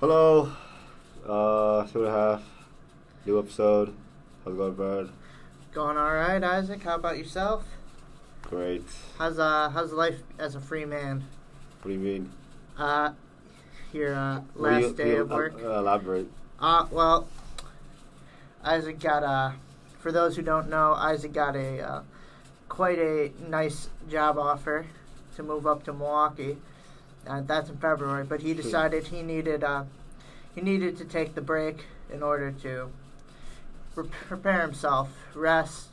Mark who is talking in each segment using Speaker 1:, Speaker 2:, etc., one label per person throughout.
Speaker 1: Hello. Uh, two and a half. New episode. How's it going, Brad?
Speaker 2: Going all right, Isaac. How about yourself?
Speaker 1: Great.
Speaker 2: How's uh how's life as a free man?
Speaker 1: What do you mean?
Speaker 2: Uh, your uh,
Speaker 1: What do
Speaker 2: last
Speaker 1: you-
Speaker 2: day
Speaker 1: you-
Speaker 2: of work.
Speaker 1: Uh, elaborate.
Speaker 2: Uh, well, Isaac got a. For those who don't know, Isaac got a uh, quite a nice job offer to move up to Milwaukee. Uh, that's in February, but he decided he needed uh, he needed to take the break in order to pre- prepare himself, rest,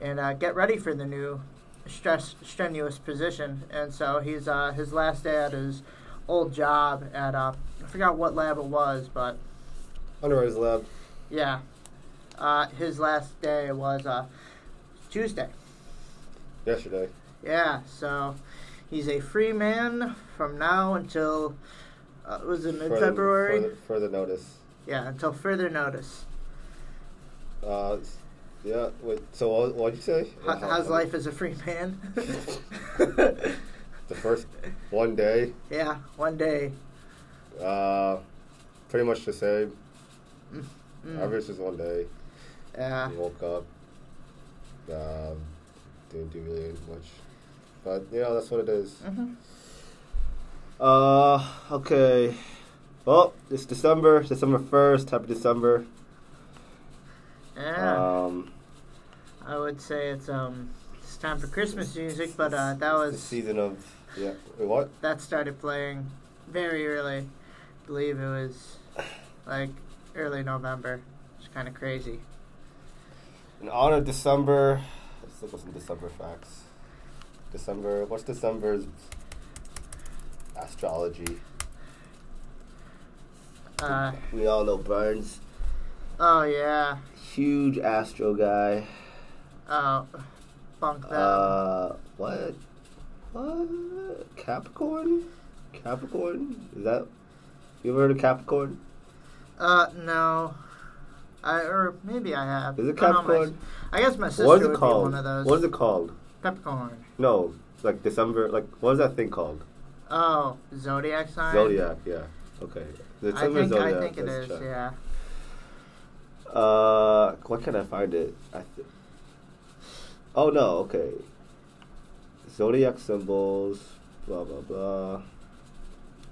Speaker 2: and uh, get ready for the new stress strenuous position. And so he's uh, his last day at his old job at uh, I forgot what lab it was, but
Speaker 1: Underwriters lab.
Speaker 2: yeah. Uh, his last day was uh, Tuesday.
Speaker 1: Yesterday.
Speaker 2: Yeah, so he's a free man from now until uh, was it mid
Speaker 1: Further-
Speaker 2: February?
Speaker 1: Further, further notice.
Speaker 2: Yeah, until further notice.
Speaker 1: Uh, s- yeah. Wait. So what what'd you say?
Speaker 2: How,
Speaker 1: How-
Speaker 2: how's
Speaker 1: how-
Speaker 2: life as a free man?
Speaker 1: The first one day.
Speaker 2: yeah, one day.
Speaker 1: Uh, pretty much the same.
Speaker 2: Mm,
Speaker 1: Average is one day.
Speaker 2: yeah,
Speaker 1: We woke up. Um, didn't do really much, but you know that's what it is.
Speaker 2: Mhm.
Speaker 1: Uh, okay. Well, it's December, December first. Happy December. Uh,
Speaker 2: yeah.
Speaker 1: Um,
Speaker 2: I would say it's um it's time for Christmas music, but uh, that
Speaker 1: the
Speaker 2: was
Speaker 1: season of yeah. Wait, what?
Speaker 2: that started playing very early. I believe it was like early November. It's kind of crazy.
Speaker 1: In honor of December, let's look at some December facts. December. What's December's astrology?
Speaker 2: Uh,
Speaker 1: we all know Burns,
Speaker 2: oh yeah.
Speaker 1: huge astro guy.
Speaker 2: Oh, bunk that.
Speaker 1: Uh, what? What? Capricorn? Capricorn? Is that? You ever heard of Capricorn?
Speaker 2: Uh, no. I or maybe I have.
Speaker 1: Is it
Speaker 2: I don't know, my-
Speaker 1: Capricorn?
Speaker 2: I guess my sister
Speaker 1: What is
Speaker 2: would
Speaker 1: it called?
Speaker 2: be one of those.
Speaker 1: What is it called?
Speaker 2: Capricorn.
Speaker 1: No, like December. Like what is that thing called?
Speaker 2: Oh, zodiac sign.
Speaker 1: Zodiac. Yeah. Okay. The
Speaker 2: I
Speaker 1: December
Speaker 2: think
Speaker 1: zodiac.
Speaker 2: I think it
Speaker 1: let's
Speaker 2: is.
Speaker 1: check.
Speaker 2: Yeah.
Speaker 1: Uh, what can I find it? I th- oh no. Okay. Zodiac symbols. Blah blah blah.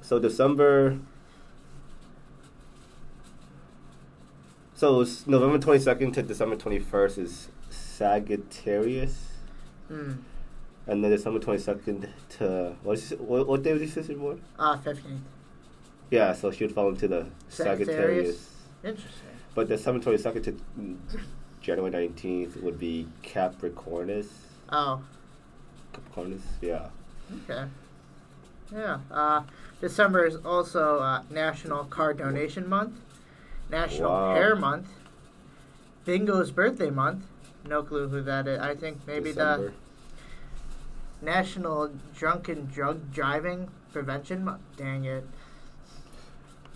Speaker 1: So December. So it's November twenty second to December twenty first is Sagittarius.
Speaker 2: Hmm.
Speaker 1: And then December twenty second to what, is, what what day was your sister born?
Speaker 2: Ah, fifteenth.
Speaker 1: Yeah, so she would fall into the Sagittarius.
Speaker 2: Sagittarius. Interesting.
Speaker 1: But December twenty second to January nineteenth would be Capricornus.
Speaker 2: Oh.
Speaker 1: Capricornus, yeah.
Speaker 2: Okay. Yeah. Uh, December is also uh, National Car Donation Month, National
Speaker 1: Wow.
Speaker 2: Hair Month, Bingo's Birthday Month. No clue who that is. I think maybe
Speaker 1: December.
Speaker 2: the National Drunken Drug Driving Prevention Month. Dang it.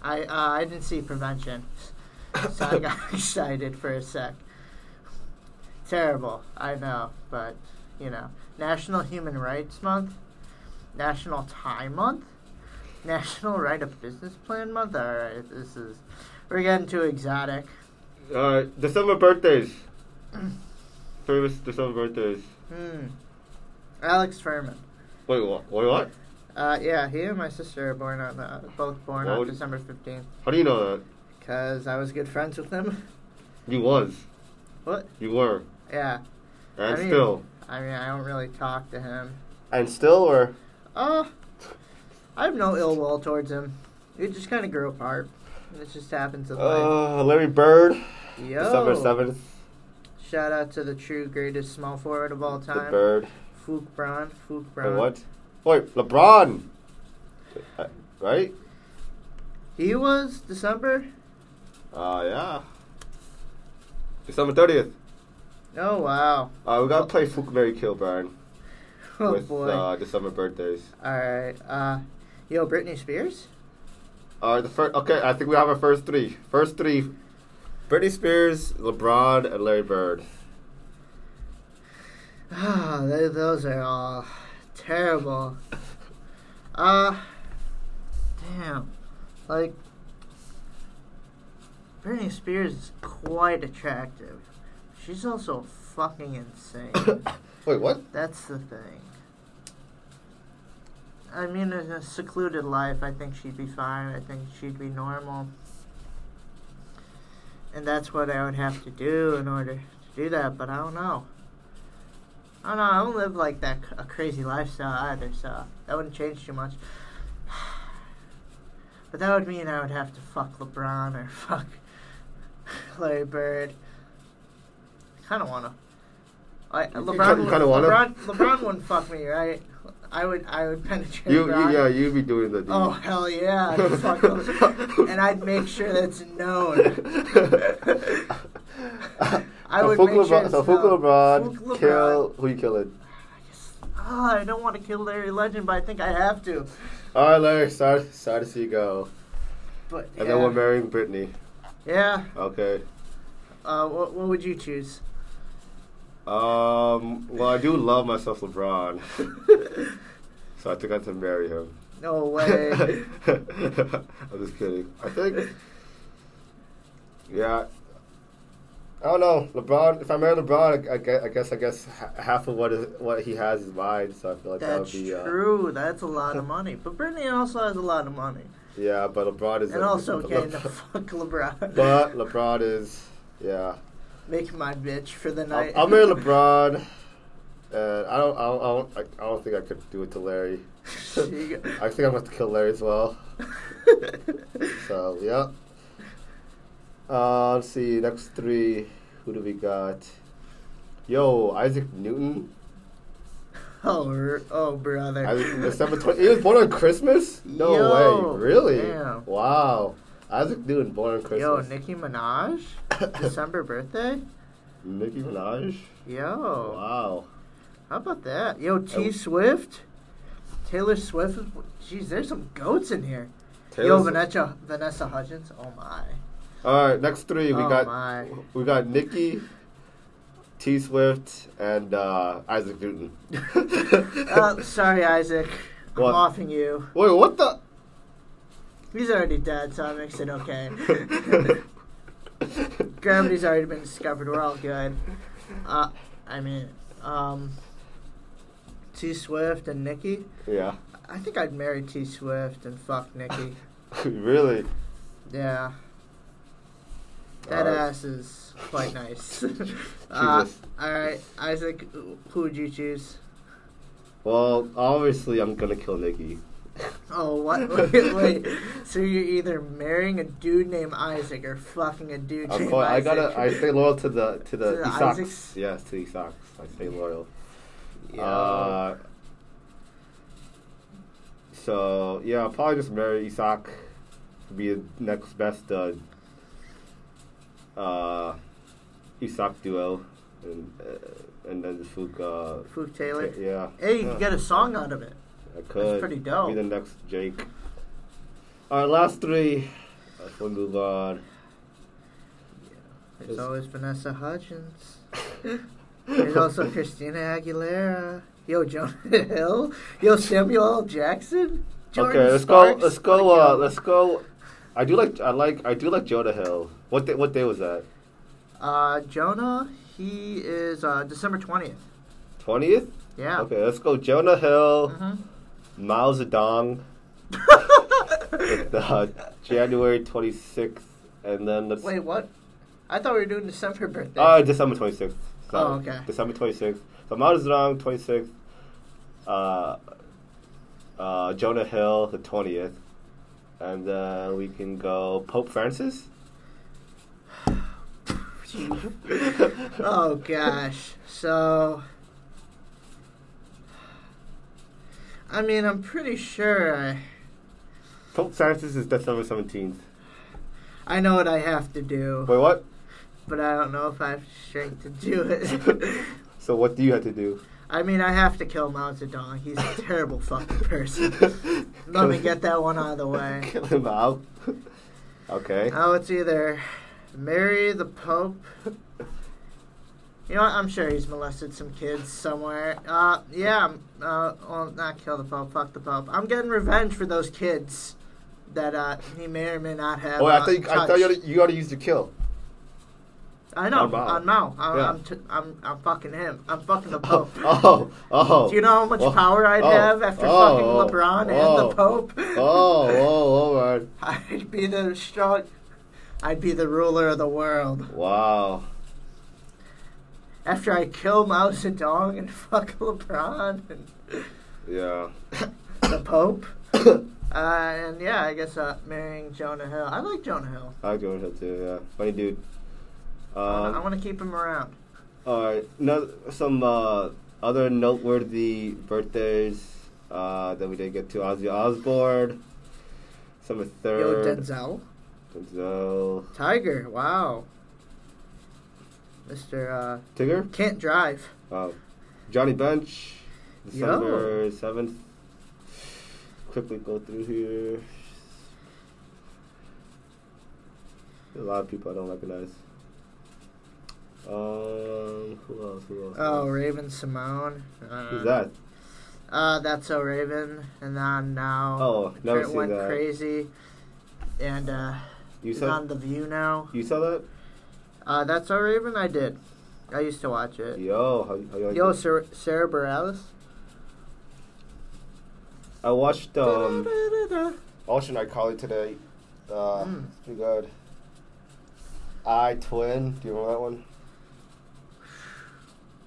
Speaker 2: I uh, I didn't see prevention, so I got excited for a sec. Terrible, I know, but you know, National Human Rights Month. National Tie Month, National Write a Business Plan Month. All right, this is we're getting too exotic.
Speaker 1: All right, Uh, December birthdays. Famous December birthdays.
Speaker 2: Hmm. Alex Furman.
Speaker 1: Wait, what? Wait, what?
Speaker 2: Uh, yeah, he and my sister are born on uh, both born
Speaker 1: Why
Speaker 2: on
Speaker 1: would-
Speaker 2: December fifteenth.
Speaker 1: How do you know that?
Speaker 2: Cause I was good friends with him.
Speaker 1: You was.
Speaker 2: What?
Speaker 1: You were.
Speaker 2: Yeah.
Speaker 1: And
Speaker 2: I mean,
Speaker 1: still.
Speaker 2: I mean, I don't really talk to him.
Speaker 1: And still, or
Speaker 2: Uh, I have no ill will towards him. We just kind of grew apart. It just happens in life.
Speaker 1: uh, Larry Bird.
Speaker 2: Yo.
Speaker 1: December seventh.
Speaker 2: Shout out to the true greatest small forward of all
Speaker 1: The
Speaker 2: time.
Speaker 1: Bird.
Speaker 2: Fook Braun, Fook
Speaker 1: Wait,
Speaker 2: Braun.
Speaker 1: what? Wait, LeBron. Uh, Right?
Speaker 2: He was December.
Speaker 1: Uh, yeah. December 30th.
Speaker 2: Oh wow!
Speaker 1: Uh, we gotta play Fook Mary Kill Burn
Speaker 2: Oh
Speaker 1: with
Speaker 2: boy!
Speaker 1: uh, December birthdays.
Speaker 2: All right. Uh, yo, Britney Spears.
Speaker 1: Uh, the first, okay, I think we have our first three. First three Britney Spears, LeBron, and Larry Bird.
Speaker 2: Ah, th- those are all terrible. Uh, damn. Like, Britney Spears is quite attractive. She's also fucking insane.
Speaker 1: Wait, what?
Speaker 2: That's the thing. I mean, in a secluded life, I think she'd be fine. I think she'd be normal. And that's what I would have to do in order to do that, but I don't know. I don't know. I don't live like that c- a crazy lifestyle either, so that wouldn't change too much. But that would mean I would have to fuck LeBron or fuck Larry Bird. I kind of want to. I,
Speaker 1: You
Speaker 2: LeBron,
Speaker 1: kinda-
Speaker 2: would,
Speaker 1: kinda wanna?
Speaker 2: LeBron, LeBron wouldn't fuck me, right? I would, I would penetrate.
Speaker 1: You, you
Speaker 2: LeBron.
Speaker 1: yeah, you'd be doing the.
Speaker 2: Oh hell yeah! I'd fuck him. and I'd make sure that's known. I
Speaker 1: so
Speaker 2: would
Speaker 1: fuck
Speaker 2: make sure
Speaker 1: LeBron,
Speaker 2: it's
Speaker 1: so fuck
Speaker 2: known.
Speaker 1: LeBron,
Speaker 2: Fuck LeBron.
Speaker 1: kill who you killing?
Speaker 2: Ah, I don't want to kill Larry Legend, but I think I have to.
Speaker 1: All right, Larry. Sorry, sorry to see you go.
Speaker 2: But
Speaker 1: And
Speaker 2: yeah.
Speaker 1: then we're marrying Brittany.
Speaker 2: Yeah.
Speaker 1: Okay.
Speaker 2: Uh, what, what would you choose?
Speaker 1: Um. Well, I do love myself, LeBron. so I think I have to marry him.
Speaker 2: No way.
Speaker 1: I'm just kidding. I think. Yeah. I don't know, LeBron. If I marry LeBron, I, I guess I guess, I guess ha- half of what is what he has is mine. So I feel like
Speaker 2: That's
Speaker 1: that would be. Uh,
Speaker 2: true. That's a lot of money. But Brittany also has a lot of money,
Speaker 1: Yeah, but LeBron is.
Speaker 2: and
Speaker 1: a-
Speaker 2: also
Speaker 1: Le-
Speaker 2: getting to fuck LeBron.
Speaker 1: But LeBron is, yeah.
Speaker 2: make my bitch for the
Speaker 1: I'll,
Speaker 2: night.
Speaker 1: I'll marry LeBron. And I don't, I don't, I don't, I- I don't think I could do it to Larry.
Speaker 2: She-
Speaker 1: I think I'm gonna have to kill Larry as well. So yeah. Uh, let's see. Next three. Who do we got? Yo, Isaac Newton.
Speaker 2: oh, r- oh, brother.
Speaker 1: Isaac, December twenty. He was born on Christmas. No
Speaker 2: Yo,
Speaker 1: way. Really?
Speaker 2: damn.
Speaker 1: Wow. Isaac Newton born on
Speaker 2: Yo,
Speaker 1: Christmas.
Speaker 2: Nicki Minaj, December birthday.
Speaker 1: Nicki Minaj.
Speaker 2: Oh. Yo,
Speaker 1: Wow. Oh.
Speaker 2: how about that? Yo, T Swift, Taylor Swift. Jeez, there's some goats in here. Yo,
Speaker 1: Taylor-
Speaker 2: Vanessa, Vanessa Hudgens. Oh my.
Speaker 1: All right, next three. We
Speaker 2: Oh,
Speaker 1: got
Speaker 2: my.
Speaker 1: we got Nikki, T Swift, and uh, Isaac Newton.
Speaker 2: Uh, sorry, Isaac. I'm
Speaker 1: What?
Speaker 2: offing you.
Speaker 1: Wait, what the?
Speaker 2: He's already dead, so that makes it okay. Gravity's already been discovered. We're all good. Uh, I mean, um, T Swift and Nikki.
Speaker 1: yeah,
Speaker 2: I think I'd marry T Swift and fuck Nikki.
Speaker 1: really.
Speaker 2: Yeah. That
Speaker 1: Alright.
Speaker 2: ass is quite nice. uh,
Speaker 1: Jesus.
Speaker 2: all right, Isaac, who would you choose?
Speaker 1: Well, obviously, I'm gonna kill Nikki.
Speaker 2: Oh, what? Wait, wait. So you're either marrying a dude named Isaac or fucking a dude
Speaker 1: I'm
Speaker 2: named
Speaker 1: quite, Uh, I
Speaker 2: Isaac.
Speaker 1: gotta. I stay loyal to the to the,
Speaker 2: To the
Speaker 1: Isaacs.
Speaker 2: Isaacs?
Speaker 1: Yes, to the Isaacs. I stay loyal.
Speaker 2: Yo.
Speaker 1: Uh, so yeah, I'll probably just marry Isak. Be the next best uh, uh Isak duo, and uh, and then Fook. Uh,
Speaker 2: Fook Taylor.
Speaker 1: Ta- yeah.
Speaker 2: Hey, you
Speaker 1: Yeah.
Speaker 2: can get a song out of it.
Speaker 1: I could.
Speaker 2: pretty dope.
Speaker 1: Be the next Jake. All right, last three. Let's move on.
Speaker 2: There's
Speaker 1: It's-
Speaker 2: always Vanessa Hudgens. There's also Christina Aguilera. Yo, Jonah Hill. Yo, Samuel L. Jackson. Jordan
Speaker 1: okay, let's
Speaker 2: Sparks.
Speaker 1: go. Let's go.
Speaker 2: Like,
Speaker 1: Uh,
Speaker 2: yo.
Speaker 1: let's go. I do like. I like. I do like Jonah Hill. What day? What day was that?
Speaker 2: Uh, Jonah, he is uh, December 20th.
Speaker 1: Twentieth.
Speaker 2: Yeah.
Speaker 1: Okay, let's go. Jonah Hill,
Speaker 2: hmm
Speaker 1: Miles Zedong, uh, January twenty sixth, and then let's.
Speaker 2: Wait, what? I thought we were doing December birthday.
Speaker 1: Uh, December twenty sixth.
Speaker 2: Oh, okay.
Speaker 1: December twenty sixth. So Miles Zedong twenty sixth. Uh, uh, Jonah Hill the twentieth, and then we can go Pope Francis.
Speaker 2: oh gosh. So I mean, I'm pretty sure I
Speaker 1: Pope Francis is December seventeenth.
Speaker 2: I know what I have to do,
Speaker 1: Wait, what?
Speaker 2: but I don't know if I have strength to do it.
Speaker 1: So what do you have to do?
Speaker 2: I mean, I have to kill Mao Zedong. He's a terrible fucking person. Let me get that one out of the way.
Speaker 1: Kill him out. okay.
Speaker 2: Oh, it's either marry the Pope. You know what? I'm sure he's molested some kids somewhere. Uh, yeah. I'm- Uh, well, not kill the Pope. Fuck the Pope. I'm getting revenge for those kids. that uh, he may or may not have.
Speaker 1: Oh, I
Speaker 2: uh,
Speaker 1: thought you, I thought
Speaker 2: touched.
Speaker 1: you already, you already used the kill.
Speaker 2: I know
Speaker 3: On Mao.
Speaker 2: on Mao. I,
Speaker 1: Yeah.
Speaker 2: I'm, t- I'm I'm fucking him. I'm fucking the
Speaker 1: Oh,
Speaker 2: Pope.
Speaker 1: oh, oh.
Speaker 2: Do you know how much
Speaker 1: oh,
Speaker 2: power I'd
Speaker 1: oh,
Speaker 2: have after
Speaker 1: oh,
Speaker 2: fucking LeBron
Speaker 1: oh,
Speaker 2: and the Pope?
Speaker 1: Oh, oh, all right.
Speaker 2: I'd be the strong. I'd be the ruler of the world
Speaker 3: Wow.
Speaker 2: after I kill Mao Zedong and fuck LeBron and
Speaker 3: Yeah.
Speaker 2: the Pope. uh, and yeah, I guess uh, marrying Jonah Hill. I like Jonah Hill.
Speaker 3: I like Jonah Hill too. Yeah, funny dude.
Speaker 1: Uh,
Speaker 2: I wanna- I
Speaker 3: Um,
Speaker 2: want to keep him around.
Speaker 3: all right. Uh, No, some uh, other noteworthy birthdays uh, that we did get to: Ozzy Osbourne, summer
Speaker 2: Yo,
Speaker 3: third,
Speaker 2: Denzel.
Speaker 3: Denzel,
Speaker 2: Tiger. Wow. Mr. Uh,
Speaker 3: Tigger,
Speaker 2: can't drive.
Speaker 3: uh, Johnny Bench, December seventh. Quickly go through here. There's a lot of people I don't recognize. Um, who else? Who else?
Speaker 2: Oh, Raven Simone. Uh,
Speaker 3: Who's that?
Speaker 2: Uh, that's so Raven, and then now
Speaker 3: Oh, never
Speaker 2: Kurt
Speaker 3: seen
Speaker 2: went
Speaker 3: that.
Speaker 2: crazy, and uh,
Speaker 3: You
Speaker 2: it's
Speaker 3: saw
Speaker 2: on the View now.
Speaker 3: you saw that?
Speaker 2: Uh, that's so Raven. I did. I used to watch it.
Speaker 3: Yo, how, how you like
Speaker 2: Yo,
Speaker 3: that?
Speaker 2: Sar- Sarah Bareilles.
Speaker 3: I watched um
Speaker 2: Da-da-da-da-da.
Speaker 1: Ocean I call it today. Uh,
Speaker 2: Mm.
Speaker 1: It's pretty good. I Twin. Do you remember that one?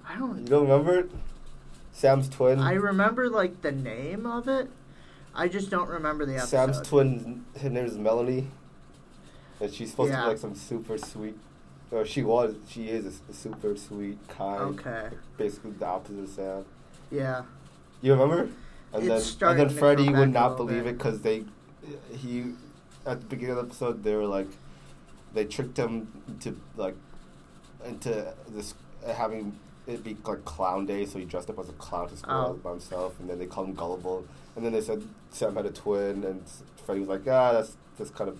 Speaker 2: I
Speaker 1: You
Speaker 2: don't.
Speaker 1: don't remember it? Sam's Twin.
Speaker 2: I remember like the name of it. I just don't remember the episode.
Speaker 1: Sam's twin, her name is Melanie, and she's supposed to
Speaker 2: Yeah.
Speaker 1: be like some super sweet, or she was, she is a, s- a super sweet, kind,
Speaker 2: Okay.
Speaker 1: basically the opposite of Sam.
Speaker 2: Yeah.
Speaker 1: You remember? And
Speaker 2: It's
Speaker 1: then and
Speaker 2: starting
Speaker 1: then
Speaker 2: to come
Speaker 1: Freddie
Speaker 2: back a
Speaker 1: would not
Speaker 2: little
Speaker 1: believe
Speaker 2: bit.
Speaker 1: it because they, he, at the beginning of the episode they were like, they tricked him to like, into this having. It'd be like clown day, so he dressed up as a clown to school
Speaker 2: Oh.
Speaker 1: all by himself, and then they called him gullible. And then they said Sam had a twin, and Freddie was like, "Ah, that's that's kind of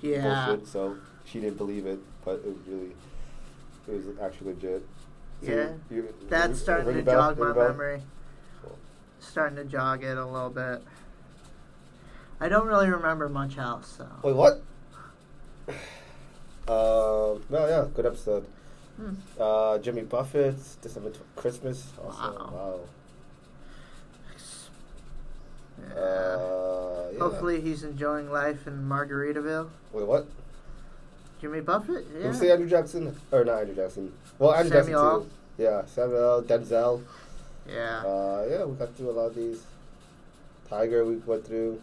Speaker 2: Yeah.
Speaker 1: bullshit." So she didn't believe it, but it was really, it was actually legit. So
Speaker 2: Yeah.
Speaker 1: you- you- ring-
Speaker 2: That's starting
Speaker 1: ring
Speaker 2: to
Speaker 1: a bell,
Speaker 2: jog
Speaker 1: ring
Speaker 2: my
Speaker 1: a bell.
Speaker 2: memory. Starting to jog it a little bit. I don't really remember much else though.
Speaker 1: Wait, what? Um, no, yeah, good episode.
Speaker 2: Hmm.
Speaker 1: Uh, Jimmy Buffett, December tw- Christmas. Also,
Speaker 2: Wow.
Speaker 1: wow.
Speaker 2: Yeah.
Speaker 1: Uh, yeah.
Speaker 2: Hopefully he's enjoying life in Margaritaville.
Speaker 1: Wait, what?
Speaker 2: Jimmy Buffett?
Speaker 1: Did
Speaker 2: Yeah.
Speaker 1: we say Andrew Jackson? Or not Andrew Jackson. Well, Andrew
Speaker 2: Samuel.
Speaker 1: Jackson too. Yeah, Samuel, Denzel.
Speaker 2: yeah.
Speaker 1: Uh, yeah, we got through a lot of these. Tiger, we went through.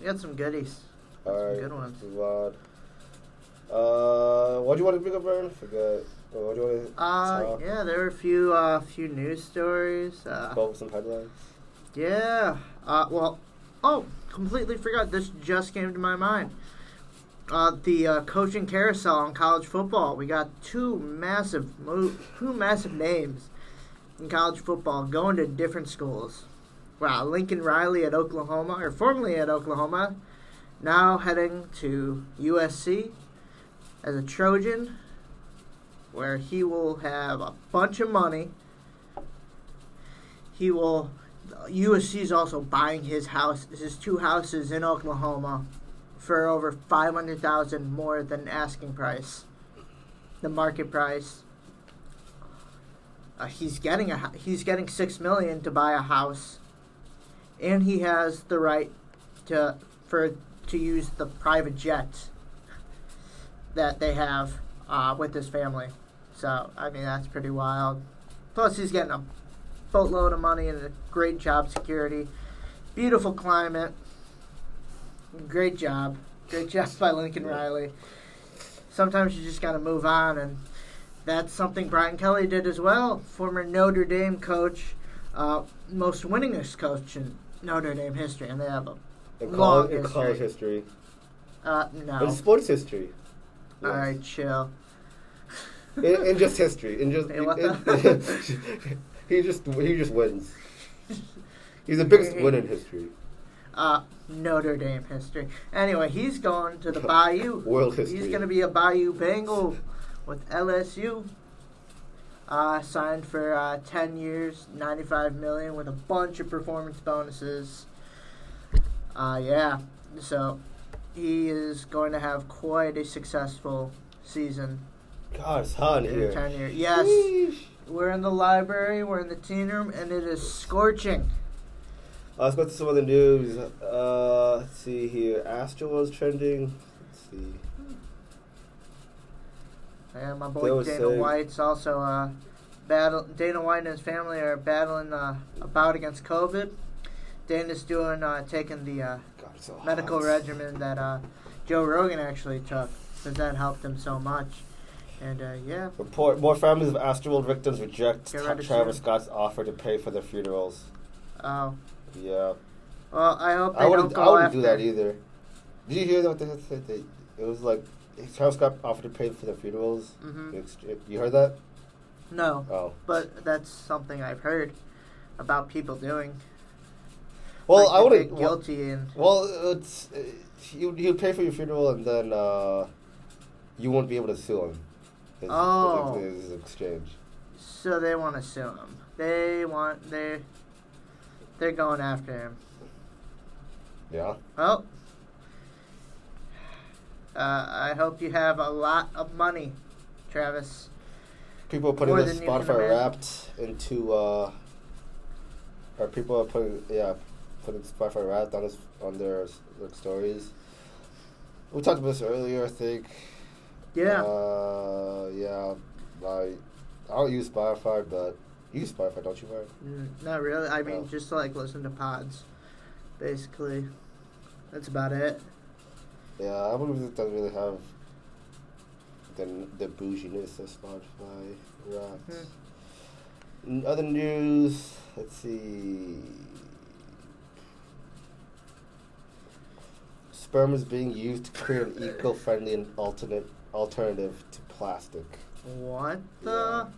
Speaker 2: we got some goodies. Got some
Speaker 1: All right,
Speaker 2: good ones.
Speaker 1: let's move on. Uh, what do you want to bring up, Aaron? Forget. Or What do you want to
Speaker 2: Uh, yeah, there were a few uh, few news stories. Uh,
Speaker 1: Go over some headlines.
Speaker 2: Yeah. Uh, well, oh, completely forgot. This just came to my mind. Uh, the uh, coaching carousel in college football. We got two massive move, two massive names in college football going to different schools. Wow, Lincoln Riley at Oklahoma, or formerly at Oklahoma, now heading to USC as a Trojan, where he will have a bunch of money. He will USC is also buying his house, his two houses in Oklahoma, for over five hundred thousand more than asking price, the market price. Uh, he's getting a hou- he's getting six million to buy a house, and he has the right to for to use the private jet that they have uh, with his family. So I mean that's pretty wild. Plus he's getting a boatload of money and a great job security, beautiful climate, great job, great job by Lincoln
Speaker 1: Yeah.
Speaker 2: Riley. Sometimes you just gotta move on, and that's something Brian Kelly did as well. Former Notre Dame coach, uh, most winningest coach in Notre Dame history, and they have a
Speaker 1: In
Speaker 2: Long
Speaker 1: college, in college history.
Speaker 2: uh, no.
Speaker 1: In sports history.
Speaker 2: All
Speaker 1: Yes.
Speaker 2: right, chill.
Speaker 1: In, in just history. In just
Speaker 2: Hey, what
Speaker 1: in-
Speaker 2: the-
Speaker 1: he just he just wins. He's the biggest
Speaker 2: Hey.
Speaker 1: winner in history.
Speaker 2: uh, Notre Dame history. Anyway, he's going to the Bayou.
Speaker 1: World
Speaker 2: He's
Speaker 1: history.
Speaker 2: going to be a Bayou Bengal with LSU. Uh, signed for uh, 10 years, 95 million with a bunch of performance bonuses. Uh, yeah, so he is going to have quite a successful season
Speaker 1: God, it's hot in
Speaker 2: in
Speaker 1: here.
Speaker 2: the time here. Yes,
Speaker 1: Yeesh.
Speaker 2: we're in the library, we're in the teen room, and it is scorching.
Speaker 1: Uh, let's go to some other news. Uh, let's see here. Astro was trending. Let's see.
Speaker 2: And my
Speaker 1: They
Speaker 2: boy
Speaker 1: always
Speaker 2: Dana
Speaker 1: say-
Speaker 2: White's also uh, battle. Dana White and his family are battling uh, a bout against COVID. Dana's doing uh, taking the uh,
Speaker 1: God, it's so hot.
Speaker 2: medical regimen that uh, Joe Rogan actually took because that helped him so much. And uh, yeah,
Speaker 1: Report more families of Astroworld victims reject
Speaker 2: Get ready to
Speaker 1: Travis
Speaker 2: shoot.
Speaker 1: Scott's offer to pay for their funerals.
Speaker 2: oh
Speaker 1: Yeah,
Speaker 2: well, I hope they
Speaker 1: I
Speaker 2: don't
Speaker 1: wouldn't. I
Speaker 2: go
Speaker 1: wouldn't
Speaker 2: after.
Speaker 1: do that either. Did you hear what they said? They, it was like Travis Scott offered to pay for their funerals.
Speaker 2: Mhm.
Speaker 1: It's- You heard that?
Speaker 2: No,
Speaker 1: Oh,
Speaker 2: but that's something I've heard about people doing.
Speaker 1: well,
Speaker 2: Like,
Speaker 1: I
Speaker 2: they
Speaker 1: wouldn't.
Speaker 2: get guilty and
Speaker 1: Well, it's uh, you. You pay for your funeral, and then uh, you won't be able to sue him. Is-
Speaker 2: Oh.
Speaker 1: is, is exchange.
Speaker 2: so they want to sue him. They want they they're going after him.
Speaker 1: Yeah.
Speaker 2: Well, uh, I hope you have a lot of money, Travis.
Speaker 1: People are putting
Speaker 2: More
Speaker 1: the
Speaker 2: than you can
Speaker 1: Spotify
Speaker 2: imagine.
Speaker 1: Wrapped into. Uh, or people are putting yeah, putting Spotify Wrapped on his, on their like, stories. We talked about this earlier, I think.
Speaker 2: Yeah.
Speaker 1: Uh, yeah. Like, I don't use Spotify, but you use Spotify, don't you, Mark?
Speaker 2: Mm, Not really. I mean,
Speaker 1: Oh.
Speaker 2: just to like listen to pods, basically. That's about it.
Speaker 1: Yeah, I believe it doesn't really have the the bouginess of Spotify wrapped. In other news, let's see. Sperm is being used to create an eco-friendly and alternate alternative to plastic.
Speaker 2: What the?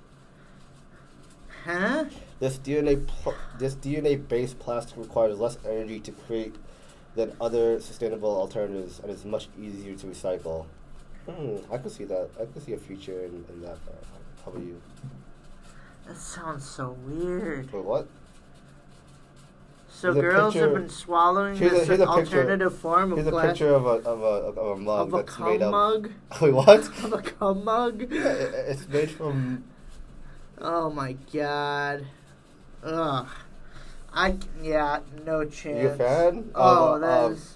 Speaker 2: Huh?
Speaker 1: This DNA pl- this DNA-based plastic requires less energy to create than other sustainable alternatives and is much easier to recycle. Hmm, I could see that. I could see a future in, in that. uh, How about you?
Speaker 2: That sounds so weird.
Speaker 1: Wait, what?
Speaker 2: So
Speaker 1: Here's a
Speaker 2: girls have
Speaker 1: picture-
Speaker 2: been swallowing
Speaker 1: here's a-
Speaker 2: this
Speaker 1: here's a picture-
Speaker 2: alternative form of
Speaker 1: Here's a
Speaker 2: glass
Speaker 1: picture of a of a of a mug
Speaker 2: of a
Speaker 1: that's made
Speaker 2: cum
Speaker 1: of.
Speaker 2: mug.
Speaker 1: Wait, what?
Speaker 2: Of a cum mug.
Speaker 1: Yeah, it- it's made from.
Speaker 2: Oh my god. Ugh. I c- yeah, no chance.
Speaker 1: You a fan?
Speaker 2: Oh,
Speaker 1: Of,
Speaker 2: that
Speaker 1: of-
Speaker 2: is.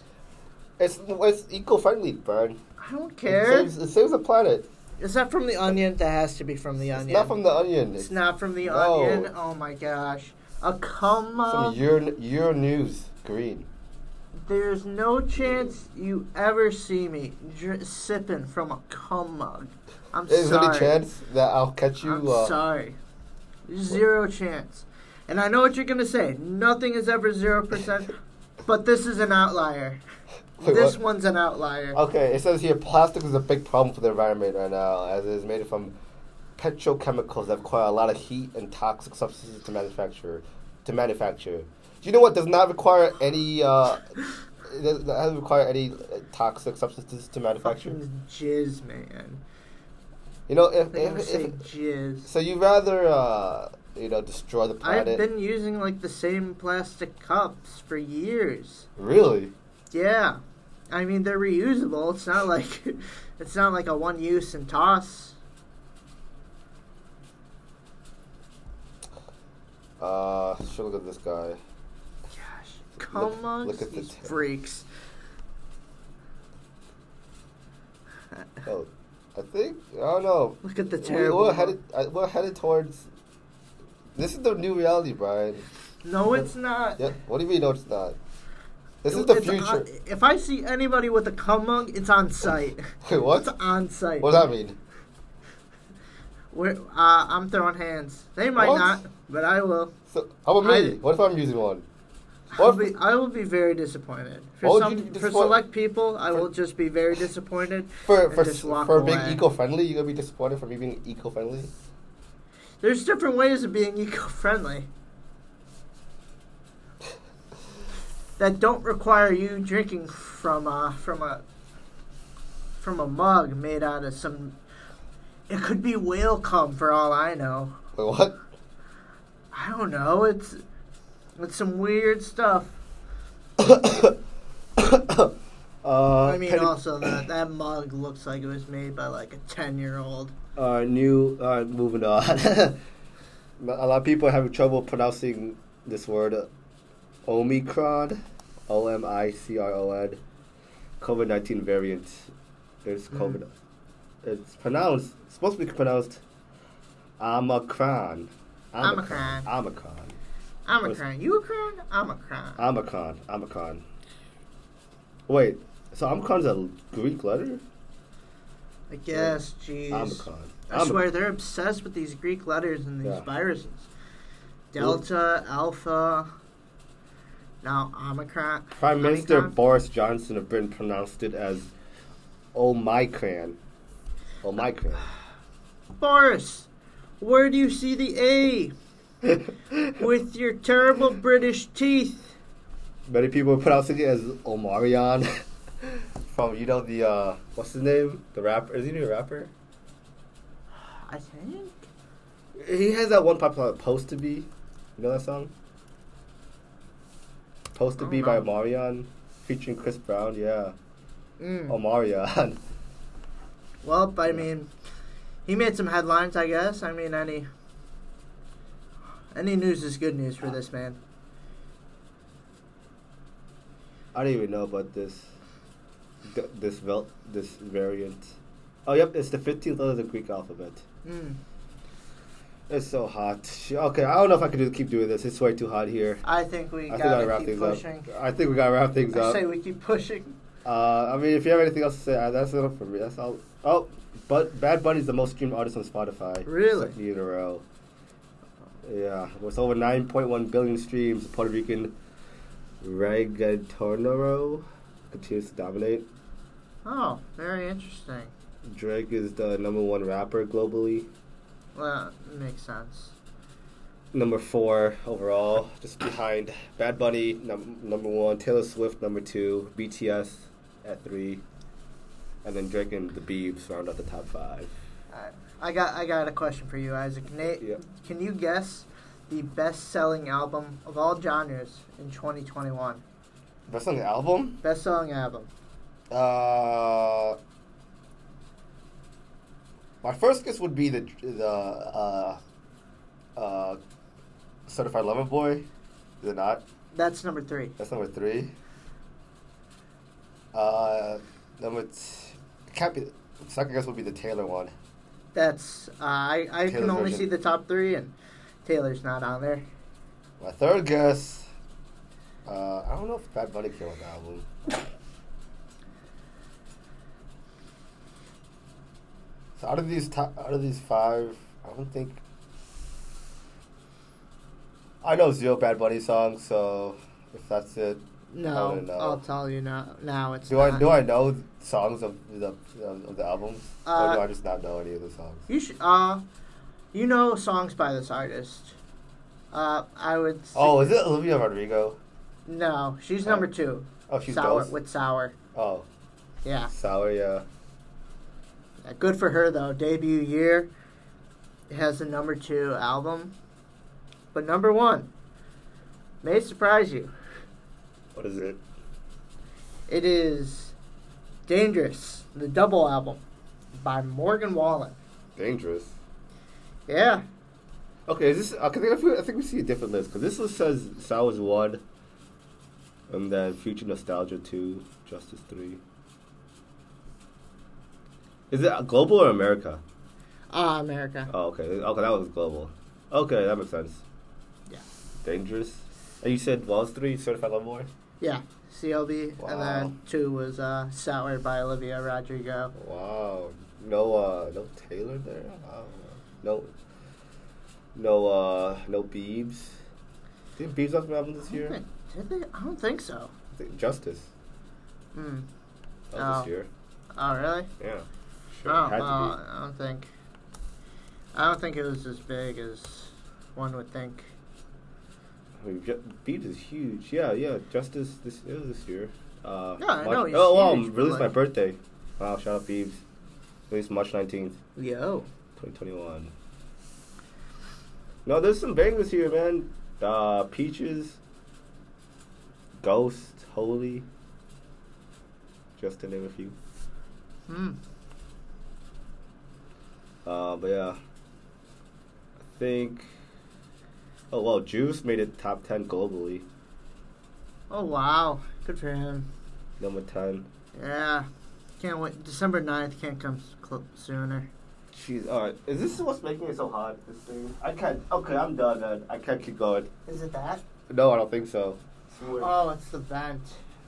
Speaker 1: It's it's eco-friendly, Brian.
Speaker 2: I don't
Speaker 1: It
Speaker 2: care.
Speaker 1: saves, it saves the planet.
Speaker 2: Is that from the onion? That has to be from the onion.
Speaker 1: It's not from the onion.
Speaker 2: It's not from the
Speaker 1: No.
Speaker 2: onion. Oh my gosh. A cum
Speaker 1: from
Speaker 2: mug.
Speaker 1: your your news green.
Speaker 2: There's no chance you ever see me dr- sipping from a cum mug. I'm
Speaker 1: Is there
Speaker 2: sorry.
Speaker 1: any chance that I'll catch you?
Speaker 2: I'm
Speaker 1: uh,
Speaker 2: sorry. Zero chance. And I know what you're gonna say. Nothing is ever zero percent, but this is an outlier.
Speaker 1: Wait,
Speaker 2: this
Speaker 1: what?
Speaker 2: one's an outlier.
Speaker 1: Okay, it says here plastic is a big problem for the environment right now, as it is made from petrochemicals that require a lot of heat and toxic substances to manufacture. To manufacture, do you know what does not require any? Uh, it does- it doesn't require any uh, toxic substances to manufacture.
Speaker 2: Fucking jizz, man.
Speaker 1: You know, if,
Speaker 2: They're gonna
Speaker 1: if,
Speaker 2: say
Speaker 1: if
Speaker 2: jizz.
Speaker 1: so, you rather uh, you know destroy the planet.
Speaker 2: I've been using like the same plastic cups for years.
Speaker 1: really.
Speaker 2: Yeah. I mean they're reusable. It's not like it's not like a one use and toss.
Speaker 1: Uh, should look at this guy.
Speaker 2: Gosh. Come on
Speaker 1: look at the
Speaker 2: these
Speaker 1: tip.
Speaker 2: freaks.
Speaker 1: Oh, I think I don't know.
Speaker 2: Look at the
Speaker 1: We-
Speaker 2: terrible
Speaker 1: We're
Speaker 2: look.
Speaker 1: headed. I- We're headed towards. This is the new reality, Brian.
Speaker 2: No it's not.
Speaker 1: Yeah. What do you mean? No, it's not. This is
Speaker 2: It- uh,
Speaker 1: the
Speaker 2: it's
Speaker 1: future.
Speaker 2: on- if I see anybody with a cum mug, it's on site.
Speaker 1: Wait, what?
Speaker 2: It's on site.
Speaker 1: What does that mean?
Speaker 2: We're, uh, I'm throwing hands. They might
Speaker 1: What?
Speaker 2: not, but I will.
Speaker 1: So, how about me?
Speaker 2: I-
Speaker 1: what if I'm using one?
Speaker 2: I'll
Speaker 1: What?
Speaker 2: be,
Speaker 1: if-
Speaker 2: I will be very disappointed. For
Speaker 1: Why would you
Speaker 2: some,
Speaker 1: be
Speaker 2: for
Speaker 1: disappointed?
Speaker 2: select people, I
Speaker 1: For-
Speaker 2: will just be very disappointed
Speaker 1: For
Speaker 2: and
Speaker 1: for
Speaker 2: just walk
Speaker 1: for
Speaker 2: away.
Speaker 1: being eco-friendly, you're gonna be disappointed for me being eco-friendly.
Speaker 2: There's different ways of being eco-friendly that don't require you drinking from a from a from a mug made out of some. It could be whale cum for all I know.
Speaker 1: Wait, what?
Speaker 2: I don't know. It's it's some weird stuff.
Speaker 1: Uh,
Speaker 2: I mean,
Speaker 1: Penny-
Speaker 2: also that that mug looks like it was made by like a ten year old.
Speaker 1: our new uh, moving on. a lot of people are having trouble pronouncing this word, uh, Omicron, O M I C R O N, COVID nineteen variant. It's
Speaker 2: Mhm.
Speaker 1: COVID. It's pronounced supposed to be pronounced Omicron.
Speaker 2: Omicron.
Speaker 1: Omicron.
Speaker 2: Omicron, Ukraine, Omicron.
Speaker 1: Uh, Omicron. Omicron. Wait, so Omicron's a Greek letter?
Speaker 2: I guess, jeez.
Speaker 1: Omicron.
Speaker 2: I swear they're obsessed with these Greek letters and these
Speaker 1: Yeah.
Speaker 2: viruses. Delta, Alpha, now Omicron.
Speaker 1: Prime Minister
Speaker 2: Omicron?
Speaker 1: Boris Johnson of Britain pronounced it as Omicron. Omicron.
Speaker 2: Boris, where do you see the A with your terrible British teeth?
Speaker 1: Many people pronounce it as Omarion. From you know the uh, what's his name? The rapper is he a rapper?
Speaker 2: I think.
Speaker 1: He has that one popular "Post to Be." You know that song? "Post to
Speaker 2: I
Speaker 1: Be" by
Speaker 2: don't know.
Speaker 1: Omarion, featuring Chris Brown. Yeah,
Speaker 2: Mm.
Speaker 1: Omarion.
Speaker 2: Well, I mean, he made some headlines, I guess. I mean, any any news is good news for this man.
Speaker 1: I didn't even know about this. th- This vel- this variant. Oh, yep, it's the 15th letter of the Greek alphabet.
Speaker 2: Mm.
Speaker 1: It's so hot. Sh- Okay, I don't know if I can do, keep doing this. It's way too hot here.
Speaker 2: I think we
Speaker 1: I think I
Speaker 2: gotta
Speaker 1: wrap
Speaker 2: keep
Speaker 1: things
Speaker 2: pushing.
Speaker 1: up. I think we gotta wrap things
Speaker 2: I
Speaker 1: up.
Speaker 2: say we keep pushing.
Speaker 1: uh, I mean, if you have anything else to say, uh, that's enough for me. That's all. Oh, but Bad Bunny's the most streamed artist on Spotify.
Speaker 2: Really?
Speaker 1: Second year in a row. Yeah, with over 9.1 billion streams, Puerto Rican reggaetonero continues to dominate.
Speaker 2: Oh, very interesting.
Speaker 1: Drake is the number one rapper globally,
Speaker 2: Well, that makes sense.
Speaker 1: number four overall, just behind Bad Bunny, num- number one, Taylor Swift, number two, BTS at three, and then Drake and the Biebs round out the top five.
Speaker 2: I, Uh, I got I got a question for you, Isaac. Nate,
Speaker 1: Yep.
Speaker 2: can you guess the best-selling album of all genres in 2021?
Speaker 1: That's on the album?
Speaker 2: Best-selling album.
Speaker 1: Uh, my first guess would be the the uh, uh, Certified Lover Boy. Is it not?
Speaker 2: That's number three.
Speaker 1: That's number three. Uh, number t- can't be. Second guess would be the Taylor one.
Speaker 2: That's uh, I I can
Speaker 1: Taylor's
Speaker 2: only
Speaker 1: version.
Speaker 2: see the top three, and Taylor's not on there.
Speaker 1: My third guess. Uh, I don't know if Bad Bunny came on the album. So out of these top, out of these five, I don't think. I know zero Bad Bunny songs, so if that's it, I
Speaker 2: No,
Speaker 1: don't know.
Speaker 2: I'll tell you now. Now it's
Speaker 1: Do
Speaker 2: not.
Speaker 1: I do I know songs of the of the albums, or do
Speaker 2: Uh,
Speaker 1: I just not know any of the songs?
Speaker 2: You should uh, you know songs by this artist. Uh, I would. s-
Speaker 1: Oh, is it Olivia Rodrigo?
Speaker 2: no, she's
Speaker 1: Oh.
Speaker 2: number two.
Speaker 1: Oh, she's
Speaker 2: sour
Speaker 1: Dulce.
Speaker 2: with sour.
Speaker 1: Oh, uh,
Speaker 2: Yeah.
Speaker 1: sour, yeah.
Speaker 2: Yeah, Good for her though. Debut year it has the number two album, but number one may surprise you.
Speaker 1: What is it?
Speaker 2: It is "Dangerous," the double album by Morgan Wallen.
Speaker 1: Dangerous.
Speaker 2: Yeah,
Speaker 1: Okay, is this? I think I, feel, I think we see a different list because this list says sour's one, and then future nostalgia two, justice three. Is it global or America?
Speaker 2: ah, America.
Speaker 1: Oh, okay. Okay, that was global. Okay, that makes sense.
Speaker 2: Yeah.
Speaker 1: Dangerous. And you said Walls three certified level boy.
Speaker 2: Yeah, CLB, and
Speaker 1: Wow.
Speaker 2: then two was uh, "Sour" by Olivia Rodrigo.
Speaker 1: Wow. No, uh, no Taylor there. Wow. No. No, uh, no Beebs. Did Beebs have an album this
Speaker 2: I don't
Speaker 1: year?
Speaker 2: think- Did they? I don't think so.
Speaker 1: I think Justice.
Speaker 2: Hmm.
Speaker 1: That was
Speaker 2: Oh.
Speaker 1: this year.
Speaker 2: Oh, really?
Speaker 1: Yeah.
Speaker 2: Oh,
Speaker 1: Had to
Speaker 2: well,
Speaker 1: be.
Speaker 2: I don't think. I don't think it was as big as one would think.
Speaker 1: I mean, Ju- Beebs is huge. Yeah, yeah. Justice this it was this year. Uh,
Speaker 2: Yeah, I
Speaker 1: March-
Speaker 2: know, he's
Speaker 1: Oh, wow.
Speaker 2: huge, but
Speaker 1: Released my
Speaker 2: like-
Speaker 1: birthday. Wow. Shout out Beebs. Released March nineteenth. oh.
Speaker 2: Yo.
Speaker 1: 2021. No, there's some bangers here, man. Uh, Peaches, Ghost, Holy, just to name a few.
Speaker 2: Hmm.
Speaker 1: Uh, but yeah, I think. Oh well, Juice made it top ten globally.
Speaker 2: Oh wow, good for him.
Speaker 1: Number ten.
Speaker 2: Yeah, can't wait. December 9th can't come s- cl- sooner.
Speaker 1: Jeez, all right. Is this what's making it so hard? This thing. I can't. Okay, I'm done. Man. I can't keep going.
Speaker 2: Is it that?
Speaker 1: No, I don't think so.
Speaker 2: Oh, it's the vent.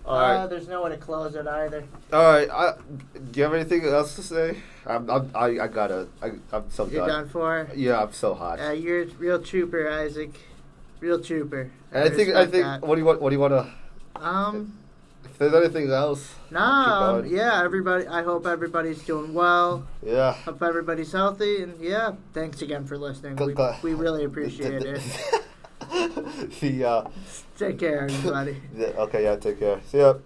Speaker 1: All
Speaker 2: uh,
Speaker 1: right.
Speaker 2: There's no way to close it either.
Speaker 1: All right. I, do you have anything else to say? I'm. I'm I, I gotta. I, I'm so
Speaker 2: You're done for.
Speaker 1: Yeah, I'm so hot.
Speaker 2: Uh, you're a real trooper, Isaac. Real trooper.
Speaker 1: and I think. I
Speaker 2: respect
Speaker 1: think.
Speaker 2: that.
Speaker 1: What do you want? What do you want to?
Speaker 2: Um.
Speaker 1: If there's anything else.
Speaker 2: No.
Speaker 1: keep
Speaker 2: um,
Speaker 1: going.
Speaker 2: Yeah. Everybody. I hope everybody's doing well.
Speaker 1: Yeah.
Speaker 2: Hope everybody's healthy. And yeah, thanks again for listening. We,
Speaker 1: Good-
Speaker 2: we really appreciate it.
Speaker 1: the. Uh,
Speaker 2: Take care, everybody.
Speaker 1: the okay. Yeah. Take care. See ya.